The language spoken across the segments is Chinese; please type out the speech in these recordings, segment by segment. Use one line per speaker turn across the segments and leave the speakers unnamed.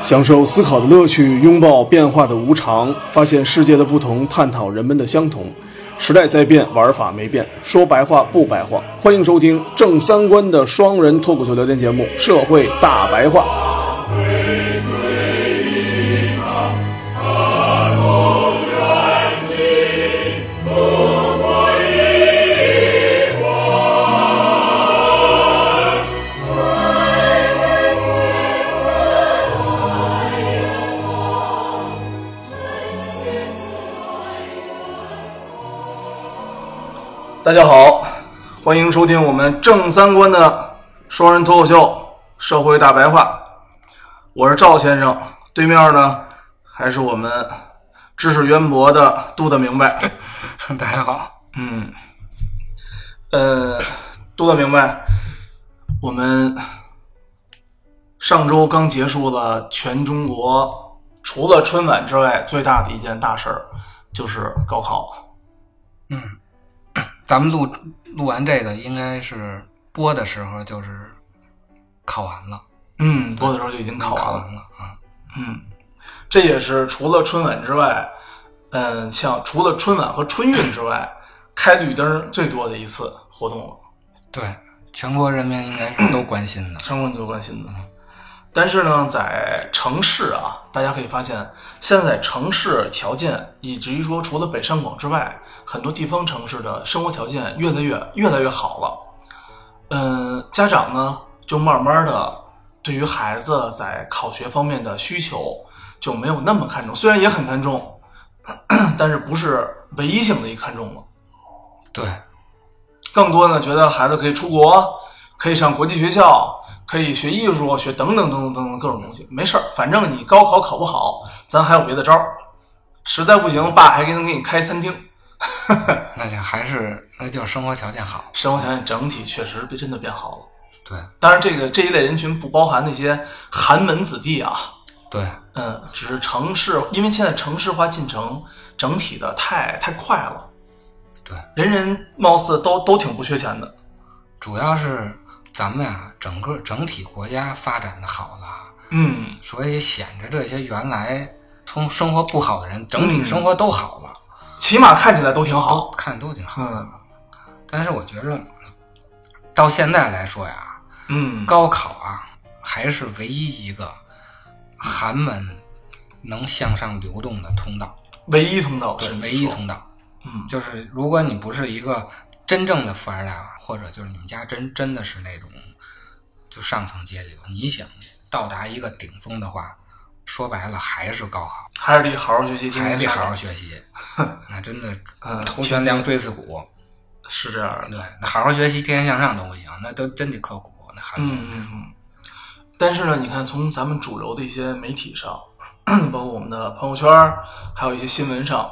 享受思考的乐趣，拥抱变化的无常，发现世界的不同，探讨人们的相同。时代在变，玩法没变。说白话不白话，欢迎收听正三观的双人脱口秀聊天节目《社会大白话》。大家好，欢迎收听我们正三观的双人脱口秀《社会大白话》，我是赵先生，对面呢还是我们知识渊博的杜的明白，
大家好，
嗯，呃，杜的明白，我们上周刚结束了全中国除了春晚之外最大的一件大事儿，就是高考。
咱们录录完这个，应该是播的时候就是考完了，
嗯，播的时候就已经考完
考
了。
完了啊，
嗯，这也是除了春晚之外，嗯，像除了春晚和春运之外，开绿灯最多的一次活动了，，
对，全国人民应该是都关心的
相关最关心的。但是呢，在城市啊，大家可以发现，现在城市条件以至于说，除了北上广之外，很多地方城市的生活条件越来越越来越好了。嗯，家长呢就慢慢的对于孩子在考学方面的需求就没有那么看重，虽然也很看重， 但是不是唯一性的一看重了。
对，
更多呢觉得孩子可以出国，可以上国际学校，可以学艺术，学等等等等等等各种东西。没事儿，反正你高考考不好，咱还有别的招儿。实在不行，爸还给能给你开餐厅。
那就还是那就是生活条件好，
生活条件整体确实真的变好了。
对
当然，这个这一类人群不包含那些寒门子弟啊，
对，
嗯，只是城市，因为现在城市化进程整体的太太快了，
对，
人人貌似都都挺不缺钱的。
主要是咱们啊，整个整体国家发展的好了，
嗯，
所以显着这些原来从生活不好的人，整体生活都好了，
起码看起来都挺好
都。看着都挺好，
嗯
但是我觉着到现在来说呀，
嗯，
高考啊，还是唯一一个寒门能向上流动的通道，
唯一通道
是
是
唯一通道。
嗯
就是如果你不是一个真正的富二代啊，或者就是你们家真真的是那种就上层阶级了，你想到达一个顶峰的话，说白了还是高考，
还是得好好学习，天
还
天
得
上
好好学 习。那真的
嗯
头悬梁锥刺股，
是这样的。
对，那好好学习，天天向上都不行，那都真得刻苦。那寒门来
嗯
说，
嗯。但是呢，你看从咱们主流的一些媒体上，包括我们的朋友圈儿，还有一些新闻上，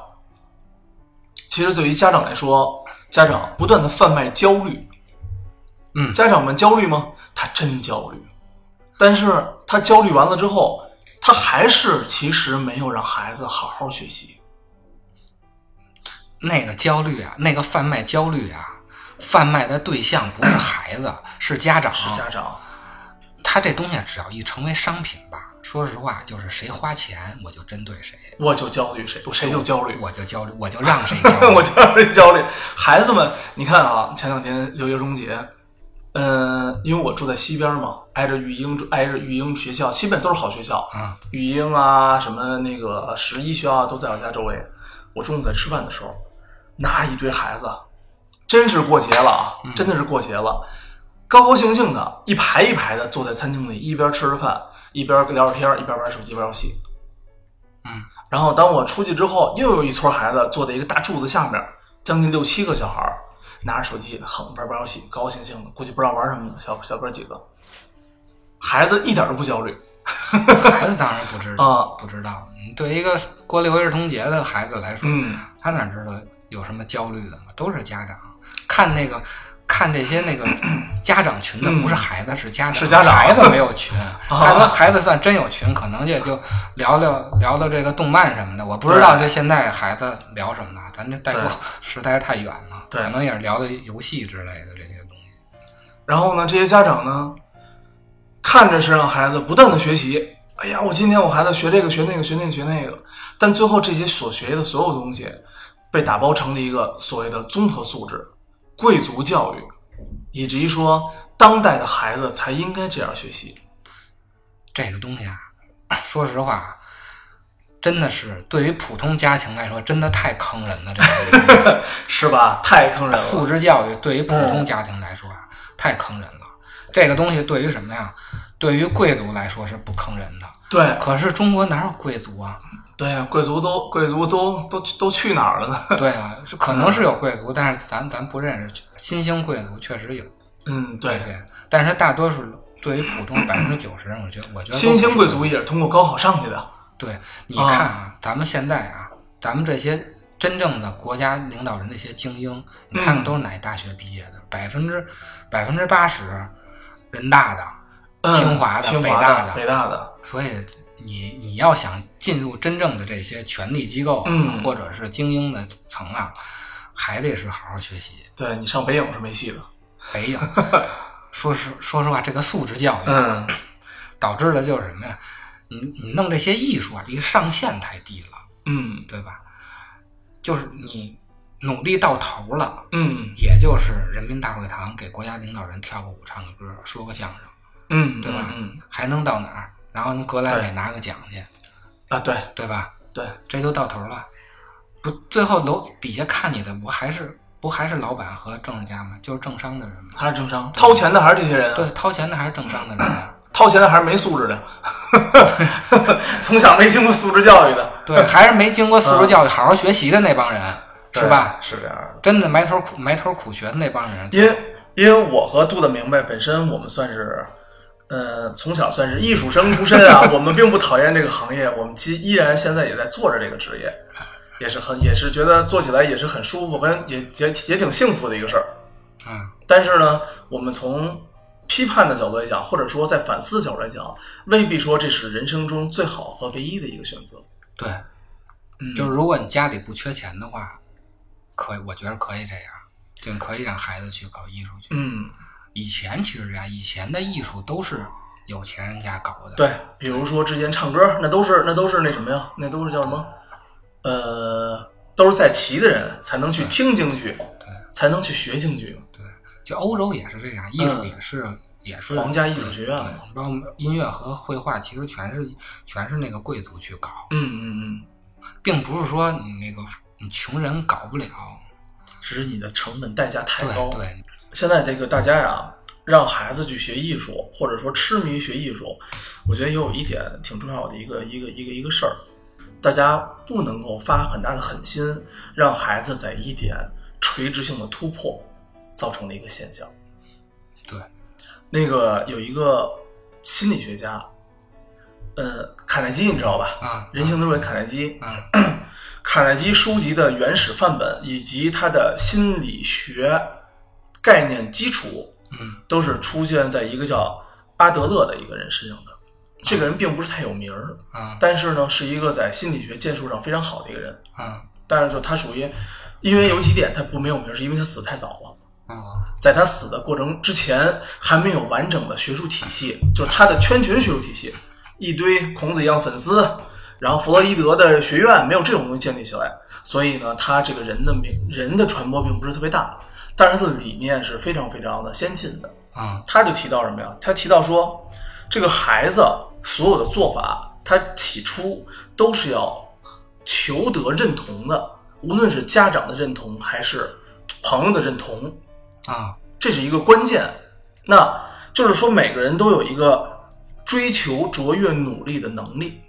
其实对于家长来说，家长不断的贩卖焦虑。
嗯
家长们焦虑吗？他真焦虑，但是他焦虑完了之后，他还是其实没有让孩子好好学习。
那个焦虑啊，那个贩卖焦虑啊，贩卖的对象不是孩子，是家长。
是家长，
他这东西啊只要一成为商品吧，说实话，就是谁花钱我就针对谁，
我就焦虑，谁谁就焦虑。
我就焦虑，我就让谁焦 虑。
我就是焦虑。孩子们，你看啊，前两天六一儿童节，嗯、因为我住在西边嘛，挨着育英，挨着育英学校，西边都是好学校，
啊，
育英啊，什么那个十一学校啊都在我家周围。我中午在吃饭的时候，那一堆孩子，真是过节了啊，真的是过节了，高高兴兴的，一排一排的坐在餐厅里，一边吃着饭，一边聊着天儿，一边玩手机玩游戏。
嗯，
然后当我出去之后，又有一撮孩子坐在一个大柱子下面，将近六七个小孩儿拿着手机横玩玩游戏，高高兴兴的，估计不知道玩什么呢，小小哥几个，孩子一点都不焦虑。
孩子当然 不知道，
啊
不知道。你对一个过六一儿童节的孩子来说，
嗯
他哪知道有什么焦虑的嘛？都是家长看那个。看这 些那个家长群的不是孩子，是家长，
嗯是家长啊
孩子没 有群，孩子孩子算真有群，可能也就聊聊聊聊这个动漫什么的。我不知道这现在孩子聊什么呢，咱这代沟
对
实在是太远了，
对
可能也是聊的游戏之类的这些东西。
然后呢，这些家长呢，看着是让孩子不断的学习，哎呀，我今天我孩子学这个学那个学那个学那个，但最后这些所学的所有东西被打包成了一个所谓的综合素质、贵族教育，以至于说当代的孩子才应该这样学习。
这个东西啊， 说实话，真的是对于普通家庭来说，真的太坑人了。这个东西
是吧？太坑人了。
素质教育对于普
嗯
通家庭来说啊，太坑人了。这个东西对于什么呀？对于贵族来说是不坑人的，
对
可是中国哪有贵族啊？
对呀，贵族都贵族都都都去哪儿了呢？
对啊，是可能是有贵族，但是咱咱不认识。新兴贵族确实有
嗯，
这
对，
些，但是大多数对于普通百分之九十，我觉得我觉得都
新
不
兴
是
贵族也是通过高考上去的。
对，你看啊，咱们现在啊，咱们这些真正的国家领导人那些精英，你看看都是哪大学毕业的？百分之百分之八十，人大的。
嗯，
清华的
清
北
华
大
的，
的
北大的，
所以你你要想进入真正的这些权力机构啊，
嗯
或者是精英的层啊，还得是好好 学习。
对你上北影是没戏的。
北影，说实说实话，这个素质教育啊
嗯，
导致的就是什么呀？你你弄这些艺术啊，这个上限太低了。
嗯
对吧？就是你努力到头了，
嗯
也就是人民大会堂给国家领导人跳个舞、唱个歌、说个相声，
嗯，
对吧
嗯嗯
还能到哪儿？然后格莱美拿个奖去，
啊，对
对吧？
对，
这就到头了。不，最后楼底下看你的不还是不还是老板和政治家吗？就是政商的人吗？
还是政商，掏钱的还是这些人啊，
对，掏钱的还是政商的 人啊。
掏钱的还是没素质的， 从小没经过素质教育的，
对，还是没经过素质教育、好好学习的那帮人，是
嗯
吧？
对？是这样的，
真的埋头苦埋头苦学的那帮人，
因为因为我和杜的明白，本身我们算是。呃，从小算是艺术生出身 啊，我们并不讨厌这个行业，我们其实依然现在也在做着这个职业，也是很也是觉得做起来也是很舒服，跟也也也挺幸福的一个事儿。
嗯，
但是呢，我们从批判的角度来讲，或者说在反思的角度来讲，未必说这是人生中最好和唯一的一个选择。
对，
嗯，
就是如果你家里不缺钱的话，可以，我觉得可以这样，就你可以让孩子去搞艺术去。
嗯，
以前其实这样，以前的艺术都是有钱人家搞的。
对，比如说之前唱歌，那都是那都是那什么呀？那都是叫什么？呃，都是在骑的人才能去听京剧，
对，
才能去学京剧。
就欧洲也是这样，艺术也是、也是
嗯皇家艺术学院
对，包括音乐和绘画，其实全是全是那个贵族去搞，
嗯嗯
并不是说你那个你穷人搞不了。
嗯，只是你的成本代价太
对
高。
对，
现在这个大家呀，让孩子去学艺术，或者说痴迷于学艺术，我觉得也有一点挺重要的一个一个一个一个事儿，大家不能够发很大的狠心，让孩子在一点垂直性的突破，造成的一个现象。
对，
那个有一个心理学家，呃，卡耐基你知道吧？
啊
人性之本卡耐基，
啊，
卡耐基书籍的原始范本以及他的心理学概念基础，
嗯
都是出现在一个叫阿德勒的一个人身上的。这个人并不是太有名儿，
啊
但是呢，是一个在心理学建树上非常好的一个人。
啊
但是就他属于，因为有几点他不没有名儿，是因为他死太早了。
啊，
在他死的过程之前，还没有完整的学术体系，就是他的圈群学术体系，一堆孔子一样粉丝，然后弗洛伊德的学院没有这种东西建立起来，所以呢，他这个人的名人的传播并不是特别大，但是他的理念是非常非常的先进的。
啊
他就提到什么呀？他提到说，这个孩子所有的做法，他起初都是要求得认同的，无论是家长的认同还是朋友的认同，
啊，
这是一个关键。那就是说，每个人都有一个追求卓越、努力的能力。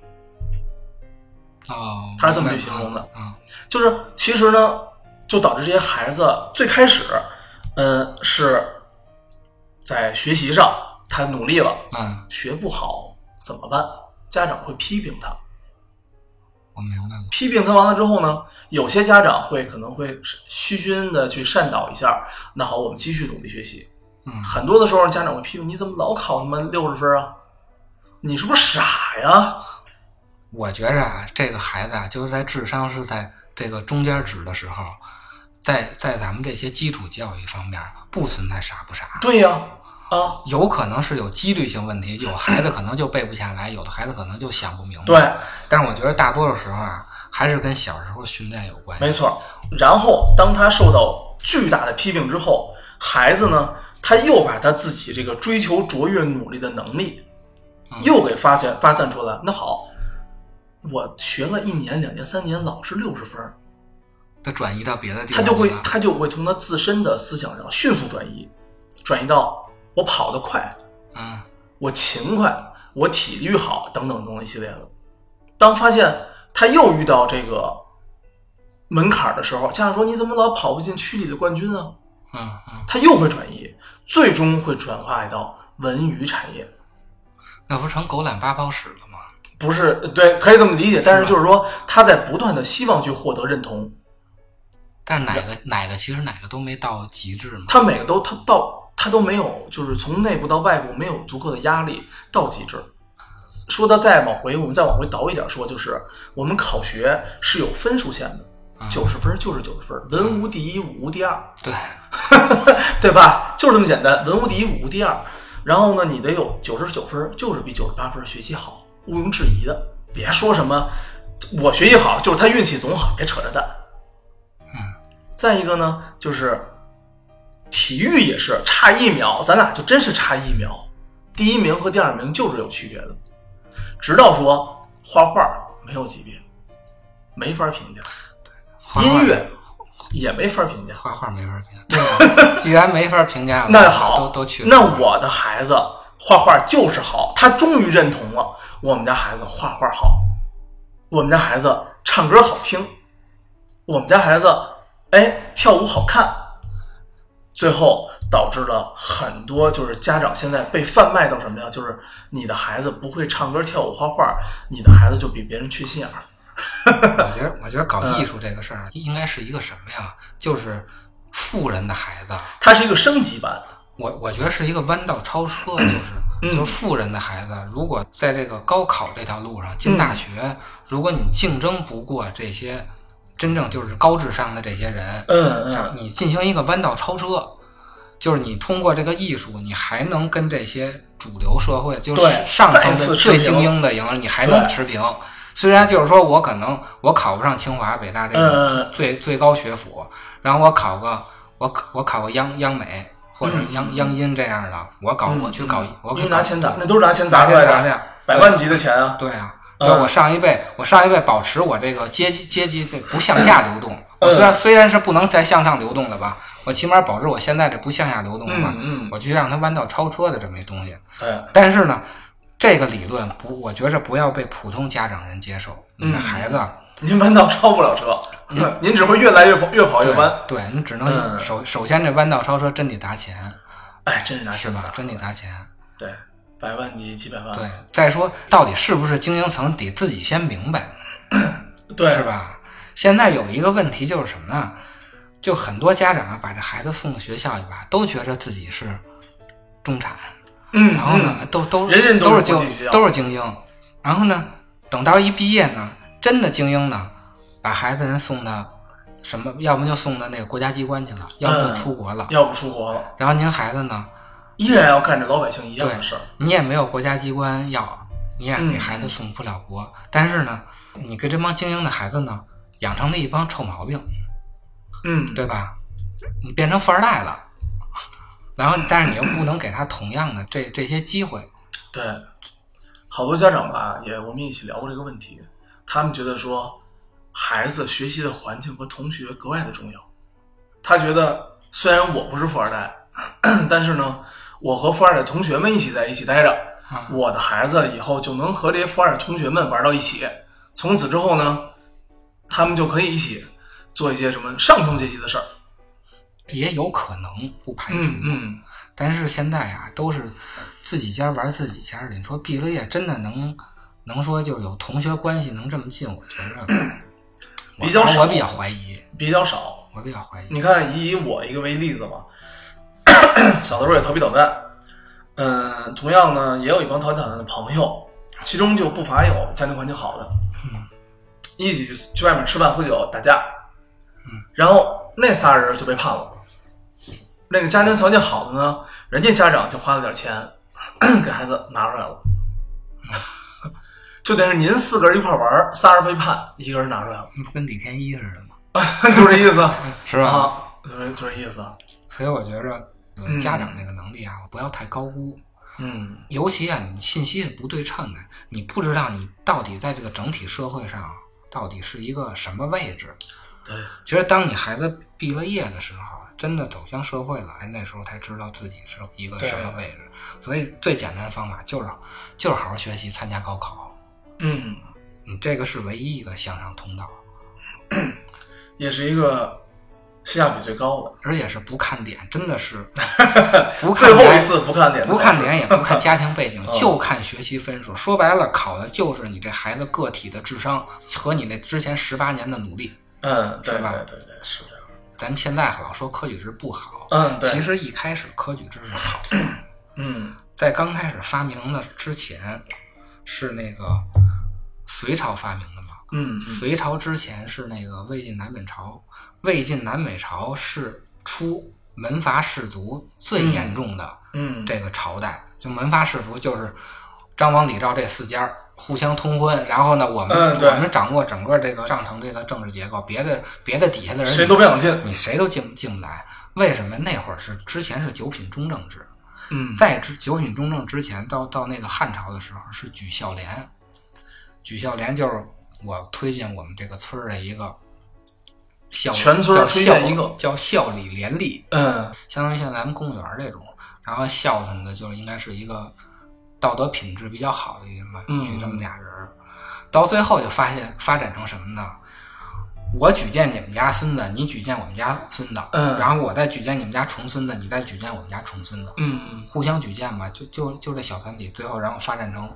哦，
他是这么去
明白
形容的
啊
就是其实呢，就导致这些孩子最开始，嗯，是在学习上他努力了，
啊，
学不好怎么办？家长会批评他，
我明白了。
批评他完了之后呢，有些家长会可能会虚心的去善导一下。那好，我们继续努力学习。
嗯
很多的时候，家长会批评你怎么老考他妈六十分啊？你是不是傻呀？
我觉着啊，这个孩子啊，就是在智商是在这个中间值的时候，在在咱们这些基础教育方面不存在傻不傻，
对呀、啊，
有可能是有几率性问题，有孩子可能就背不下来，有的孩子可能就想不明白。
对，
但是我觉得大多数时候啊，还是跟小时候训练有关系。
没错。然后当他受到巨大的批评之后，孩子呢，他又把他自己这个追求卓越、努力的能力，又给发现发散出来。那好，我学了一年、两年、三年，老是六十分儿，
他转移到别的地
他
方去
就
了，
会他就会从他自身的思想上迅速转移，转移到我跑得快，
嗯
我勤快，我体育好，等等等等一系列的。当发现他又遇到这个门槛儿的时候，家长说你怎么老跑不进区里的冠军啊？
嗯嗯，
他又会转移，最终会转化到文娱产业。
那不成狗揽八泡屎了吗？
不是对，可以这么理解，但是就是说他在不断的希望去获得认同，
但哪个哪个其实哪个都没到极致嘛。
他每个都他到他都没有，就是从内部到外部没有足够的压力到极致。说到再往回，我们再往回倒一点说，就是我们考学是有分数线的，
嗯
九十分就是九十分，文无第一，武无第二，
对，
对吧？就是这么简单，文无第一，武无第二。然后呢，你得有九十九分，就是比九十八分学习好，毋庸置疑的。别说什么我学习好，就是他运气总好，别扯着蛋。
嗯，
再一个呢，就是体育也是差一秒，咱俩就真是差一秒，第一名和第二名就是有区别的。直到说画画没有级别，没法评价，
画画
音乐也没法评价。
画画没法评价。对啊既然没法评价了，
那好，
都都去了。
那我的孩子画画就是好，他终于认同了我们家孩子画画好，我们家孩子唱歌好听，我们家孩子哎跳舞好看，最后导致了很多就是家长现在被贩卖到什么呀？就是你的孩子不会唱歌、跳舞、画画，你的孩子就比别人缺心眼儿。
我觉得，我觉得搞艺术这个事儿啊应该是一个什么呀？就是富人的孩子，
它是一个升级版，
我我觉得是一个弯道超车，就是、
嗯
就是富人的孩子，如果在这个高考这条路上进大
嗯
学，如果你竞争不过这些真正就是高智商的这些人，
嗯嗯，
你进行一个弯道超车，就是你通过这个艺术，你还能跟这些主流社会就是
对
上
再
层
次
的
持平
最精英的赢，你还能
对
持平。虽然就是说我可能我考不上清华北大这
嗯嗯
个最、最高学府，然后我考个我考我考个央央美或者
嗯
央、央音这样的，我搞、我去搞我
因
去
为
搞
拿钱砸，那都是拿钱砸
砸
出
钱
来
砸的
的，
呀，
百万级的钱啊，
对啊，
嗯
就我上一辈，我上一辈保持我这个阶级阶级这不向下流动。
嗯
我虽然虽然是不能再向上流动了吧，我起码保持我现在这不向下流动了吧，
嗯嗯
我去让它弯道超车的这么一东西。
对。
但是呢，这个理论不，我觉着不要被普通家长人接受。你
嗯
的孩子，
您弯道超不了 车，您只会越来越跑，越跑越弯。
对对你只能、
嗯
首首先这弯道超车真得砸钱，
哎，真是拿
是
钱
吧
砸？，啊
真得砸钱。
对，百万级几百万，
对，再说到底是不是精英层，得自己先明白。
对
是吧？现在有一个问题就是什么呢？就很多家长啊，把这孩子送到学校以吧，都觉着自己是中产，
嗯，
然后呢，都都
人人都
都
是
是
国际学校
精都是精英，然后呢，等到一毕业呢，真的精英呢，把孩子人送到什么，要么就送到那个国家机关去了，要么就出国了
嗯，，要不出国了，
然后您孩子呢，
依然要干着老百姓一样的
对
事儿。
你也没有国家机关要，你也给
嗯
孩子送不了国，但是呢，你给这帮精英的孩子呢，养成了一帮臭毛病。
嗯，
对吧？你变成富二代了， 然后但是你又不能给他同样的这这些机会，
对，好多家长吧，也我们一起聊过这个问题，他们觉得说，孩子学习的环境和同学格外的重要。他觉得虽然我不是富二代， 但是呢，我和富二代同学们一起在一起待着，
啊
我的孩子以后就能和这些富二代同学们玩到一起。从此之后呢，他们就可以一起做一些什么上层阶级的事儿。
也有可能不排除。
嗯嗯，
但是现在啊，都是自己家玩自己家的，你说毕了业真的能能说就有同学关系能这么近？我觉着我
比较少
我比较怀疑，
比较少。
我比较怀疑。
你看，以我一个为例子嘛，小的时候也调皮捣蛋，嗯，同样呢，也有一帮调皮捣蛋的朋友，其中就不乏有家庭环境好的，一起去去
嗯
外面吃饭、喝酒、打架，然后那仨人就被判了，那个家庭条件好的呢，人家家长就花了点钱给孩子拿出来了，就等于您四个人一块玩儿，仨人背叛，一个人拿出来了，
不跟李天一似的吗？
就这意思
是吧？
啊，就这就这意思。
所以我觉着呃家长这个能力啊，不要太高估。
嗯
尤其啊，你信息是不对称的，你不知道你到底在这个整体社会上到底是一个什么位置。，
对，
其实当你孩子毕了业的时候，啊真的走向社会了，哎，那时候才知道自己是一个什么位置。所以最简单的方法就是就是好好学习，参加高考，
嗯，
你这个是唯一一个向上通道，
也是一个性价比最高的。
而且是不看点，真的是不看
最
点
后一次不看点，
不看脸也不看家庭背景
嗯，
就看学习分数。说白了，考的就是你这孩子个体的智商和你那之前十八年的努力。
嗯，对
是吧
对对对，是这样。
咱们现在老说科举制不好，
嗯，对，
其实一开始科举制是好的，
嗯
在刚开始发明的之前，是那个隋朝发明的嘛？
嗯嗯
隋朝之前是那个魏晋南北朝，魏晋南北朝是出门阀士族最严重的
嗯，
这个朝代，就门阀士族就是张王李赵这四家儿互相通婚，然后呢，我们、
嗯对
我们掌握整个这个上层这个政治结构，别的别的底下的人
谁都别想进。
你谁都进进不来。为什么那会儿是之前是九品中正制，
嗯，
在之九品中正之前，到到那个汉朝的时候是举孝廉，举孝廉就是我推荐我们这个村儿的一个孝，
全村
叫
推荐
孝
一个
叫孝礼廉吏，
嗯
相当于像咱们公务员儿这种，然后孝顺的，就是应该是一个道德品质比较好的一个嘛，
嗯
举这么俩人儿，到最后就发现发展成什么呢？我举荐你们家孙子，你举荐我们家孙子，
嗯
然后我再举荐你们家重孙子，你再举荐我们家重孙子，
嗯，
互相举荐嘛，就就就这小团体，最后然后发展成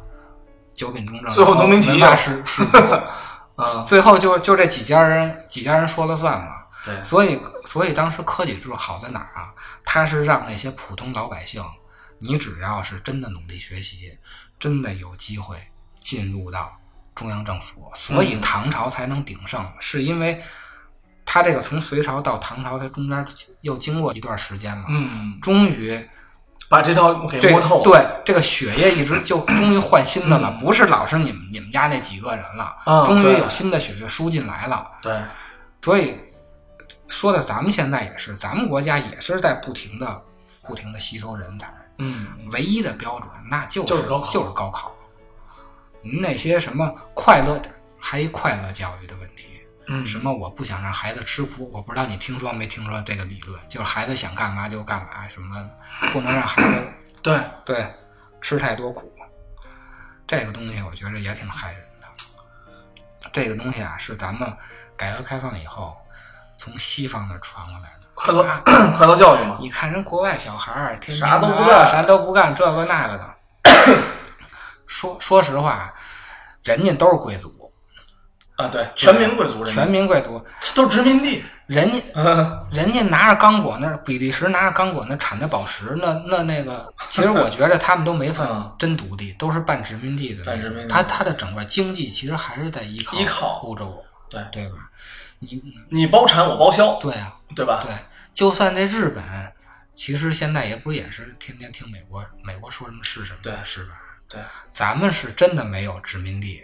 九品中正，
最后农民起义
然后文化士士族
啊，
嗯最后就就这几家人几家人说了算嘛，
对，
所以，所以当时科举制度好在哪儿啊？它是让那些普通老百姓，你只要是真的努力学习，真的有机会进入到中央政府。所
嗯
以唐朝才能鼎盛，是因为它这个从隋朝到唐朝，它中间又经过一段时间嘛，
嗯，
终于
把这套给
这
摸透了。
对这个血液一直就终于换新的了，不是老是你们你们家那几个人了，
啊
终于
对嗯
有新的血液输进来了。
对，
所以说的咱们现在也是，咱们国家也是在不停的、不停的吸收人才。
嗯，
唯一的标准那就是
就是高考
就是高考。嗯那些什么快乐，还一快乐教育的问题，
嗯
什么我不想让孩子吃苦，我不知道你听说没听说这个理论，就是孩子想干嘛就干嘛，什么不能让孩子
对，
对吃太多苦，这个东西我觉着也挺害人的。这个东西啊，是咱们改革开放以后从西方那儿传过来的。
快乐
啊
快乐教育嘛。
你看人国外小孩儿，天天
啥都不
的啊
干
啥都不干，这个那个的。说说实话，啊人家都是贵族，
啊，对，全民贵族人，
全民贵族，
他都是殖民地。
人家
嗯
人家拿着刚果那儿比利时拿着刚果那儿产的宝石，那那 那个，其实我觉着他们都没算
嗯
真独立，都是半殖民地的那种。
半殖民地
他他的整个经济其实还是在依靠
依靠
欧洲，
对
对吧？你
你包产我包销，
对啊，
对吧？
对，就算这日本，其实现在也不也是天天听美国美国说什么是什么，
对
是吧？
对，
咱们是真的没有殖民地，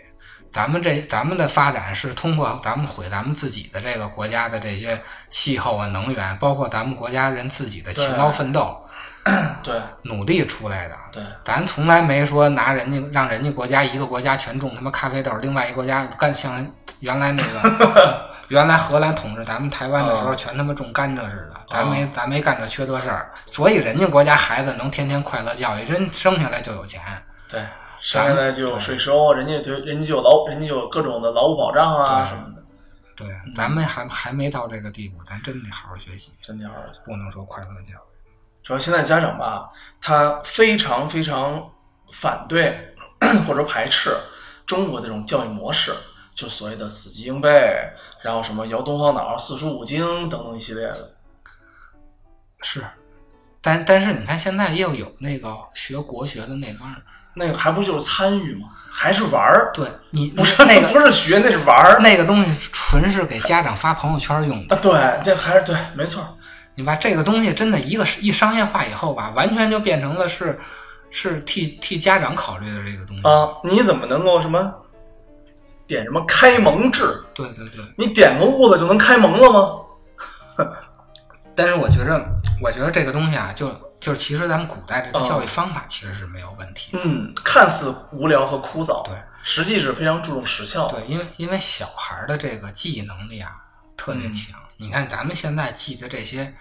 咱们这咱们的发展是通过咱们毁咱们自己的这个国家的这些气候啊、能源，包括咱们国家人自己的勤劳奋斗、
对
努力出来的。
对，
咱从来没说拿人家让人家国家一个国家全种他妈咖啡豆，另外一个国家干像原来那 个原来荷兰统治咱们台湾的时候
啊
全他妈种甘蔗似的，
嗯
咱没咱没干这缺德事儿，所以人家国家孩子能天天快乐教育，人生下来就有钱。
对，生下来就有税收，人家就人家就有劳，人家就有各种的劳务保障啊
对
什么的，
对，
嗯
咱们还还没到这个地步，咱真得好好学习，
真的好儿。
不能说快乐教育。
主要现在家长吧，他非常非常反对 或者排斥中国这种教育模式，就所谓的死记硬背，然后什么摇东方脑、四书五经等等一系列的。
是，但但是你看现在又有那个学国学的那帮人，
那个还不就是参与吗？还是玩儿？
对你
不是
那个
不是学，那是玩儿。
那个东西纯是给家长发朋友圈用的。
啊，对，那还是对，没错儿。
你把这个东西真的一个一商业化以后吧，完全就变成了是是替替家长考虑的这个东西。
啊，你怎么能够什么点什么开蒙制？
对对对，
你点个痦子就能开蒙了吗？
但是我觉着，我觉得这个东西啊，就就是其实咱们古代这个
啊
教育方法其实是没有问题的。
嗯，看似无聊和枯燥，
对，
实际是非常注重实效的。
对，因为因为小孩儿的这个记忆能力啊特
嗯
别强。你看咱们现在记的这些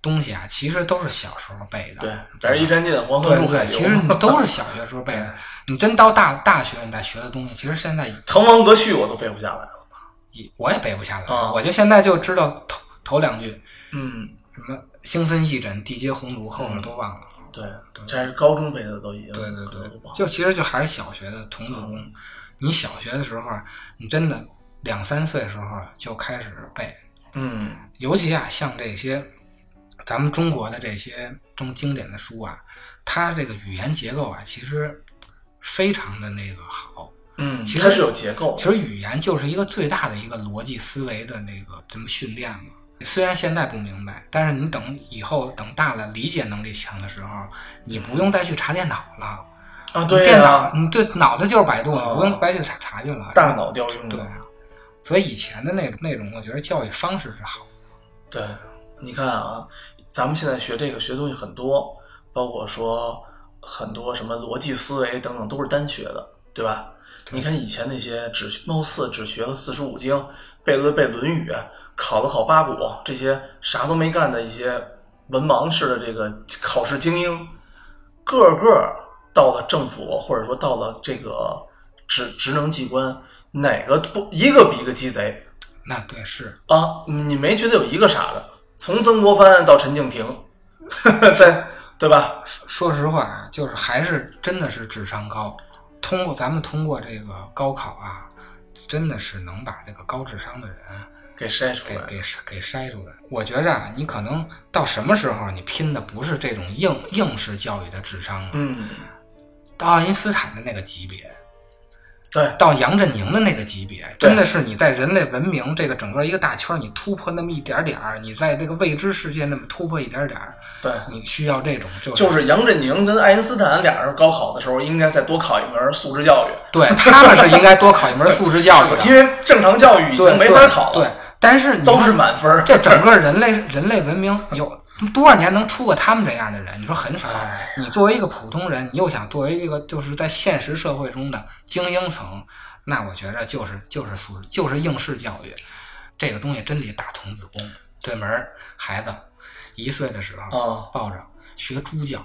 东西啊，其实都是小时候背的。
对，
对
白
吧
衣沾尽，黄河
对
入
对
海流。
对，其实你都是小学时候背的。你真到大大学，你再学的东西，其实现在已
滕王阁序我都背不下来了。
已我也背不下来了。
啊
我就现在就知道头头两句，
嗯，
什么“兴分一枕，地接鸿儒”，后面都忘了。
对，
对
这还是高中背的都已嗯经
对对
很
对
不，好
就其实就还是小学的童子功。你小学的时候啊，你真的两三岁时候啊就开始背，
嗯
尤其啊，像这些咱们中国的这些中经典的书啊，它这个语言结构啊，其实非常的那个好。
嗯，
其实
它是有结构
其
的。
实语言就是一个最大的一个逻辑思维的那个这么训练嘛。虽然现在不明白，但是你等以后等大了，理解能力强的时候，你不用再去查电脑了。
啊，对
电
呀
脑，，你对脑袋就是百度，
哦
你不用白去查查去了。
大脑调用
对
的。
啊，所以以前的那那种，我觉得教育方式是好的。
对，你看啊，咱们现在学这个学东西很多，包括说很多什么逻辑思维等等，都是单学的，对吧？
对
你看以前那些只貌似只学了四书五经，背了背《论语》，考了考八股，这些啥都没干的一些文盲式的这个考试精英，个个到了政府或者说到了这个职职能机关，哪个不一个比一个鸡贼，
那对是，
啊，你没觉得有一个傻的？从曾国藩到陈敬亭， 在对吧？
说实话啊，就是还是真的是智商高。通过咱们通过这个高考啊，真的是能把这个高智商的人
给筛出
给
来，
给给筛出来。我觉着啊，你可能到什么时候你拼的不是这种应应试教育的智商了，啊
嗯，
到爱因斯坦的那个级别，
对，
到杨振宁的那个级别，
对
真的是你在人类文明这个整个一个大圈儿，你突破那么一点点儿，你在这个未知世界那么突破一点点儿，
对，
你需要这种就是、
就是杨振宁跟爱因斯坦俩人高考的时候，应该再多考一门素质教育，
对他们是应该多考一门素质教育
因
的，
为正常教育已
对
经没法考
对
了，
对，但是你
都是
看
满分儿。
这整个人类 人类文明有多少年能出个他们这样的人？你说很少。
哎
你作为一个普通人，你又想作为一个就是在现实社会中的精英层，那我觉着就是就是素质就是应试教育，这个东西真得打童子功。对门儿孩子一岁的时候
啊，
抱着学猪叫。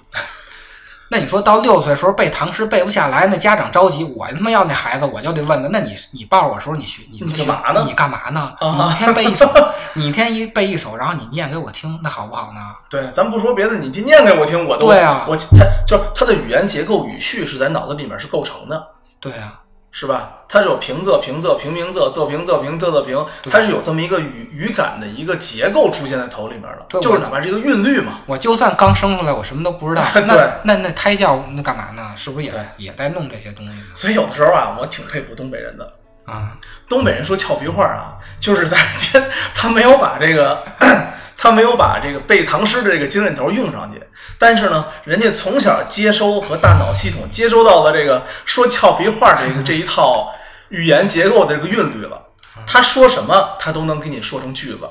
那你说到六岁时候背唐诗背不下来，那家长着急，我他妈要那孩子，我就得问他，那你你抱着我时候你学你
你干嘛呢
你干嘛呢？
啊
你一天背 一首，你一天一背一首，然后你念给我听，那好不好呢？
对，咱不说别的，你别念给我听，我都
对啊
我他就是他的语言结构、语序是在脑子里面是构成的，
对啊，
是吧？它是有平仄、平仄、平平仄、仄平仄平仄仄平，
对
它是有这么一个语语感的一个结构出现在头里面的，
对
就是
我
哪怕是一个韵律嘛。
我就算刚生出来，我什么都
，
不知道
对
那那那胎教那干嘛呢？是不是
对
也也在弄这些东西呢？
所以有的时候啊，我挺佩服东北人的。
啊，
东北人说俏皮话啊，就是在他没有把这个，他没有把这个背唐诗的这个精神头用上去，但是呢，人家从小接收和大脑系统接收到了这个说俏皮话这个这一套语言结构的这个韵律了，他说什么他都能给你说成句子。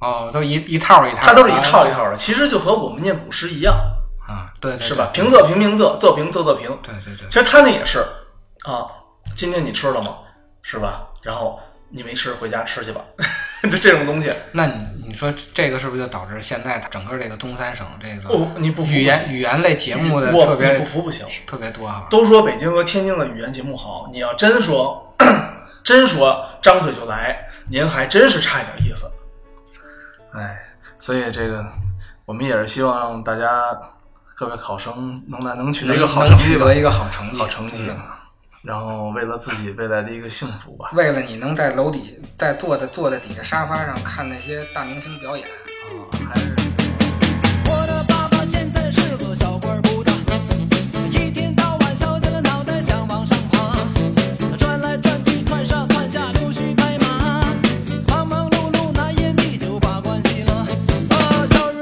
哦，都一一套一套的，
它都是一套一套的，其实就和我们念古诗一样，
啊，对对
是吧？
对
平仄平平仄，仄平仄仄平。
对对对
其，实他那也是啊，今天你吃了吗？是吧？然后你没吃，回家吃去吧。 就这种东西，
那你你说这个是不是就导致现在整个这个东三省这个
哦，你不服
语言语言类节目的
我
特
你
别
不服不行。
特别多啊？
都说北京和天津的语言节目好，你要真说真说张嘴就来，您还真是差一点意思。哎，所以这个我们也是希望让大家各位考生能来能取得一个好成
能取
绩吧
得。一个好成绩，
好成绩
真的
啊，然后为了自己未来的一个幸福吧。
为了你能在楼底在坐的坐在底下沙发上看那些大明星表演，
还是
我的爸爸现在是个小官不大，一天到晚削尖了脑袋想往上爬，转来转去窜上窜下溜须拍马，忙忙碌碌拿烟递酒把关系了。啊，小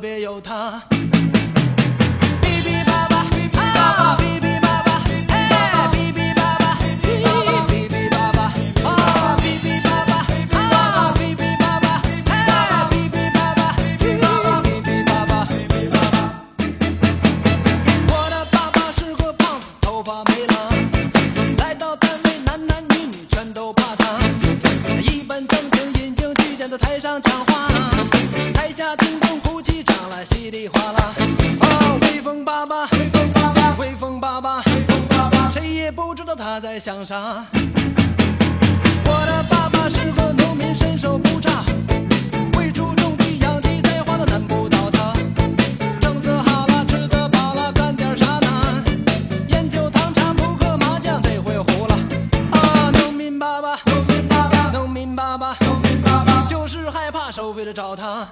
别有他。哔哔叭叭，哔哔叭叭，哔哔叭叭，哎，哔哔叭叭，哔哔叭叭，啊，哔哔叭叭，啊，哔哔叭叭，哎，哔哔叭叭，哔哔叭叭，哔叭叭。我的爸爸是个胖子，头发没狼，来到单位男男女女全都怕他，一本正经引经据典的台上讲话，台下听众哭泣涨了稀里哗啦。哦，威风爸爸，威风爸爸，威风爸爸，威风爸爸，谁也不知道他在想啥。我的爸爸是个农民，身手不差，会出种地、养鸡、栽花的，难不倒他。政策好了，吃得饱了，干点啥呢？烟酒糖茶扑克麻将，这回糊了。啊，农民爸爸，农民爸爸，农民爸爸，农民爸爸，就是害怕收费的找他。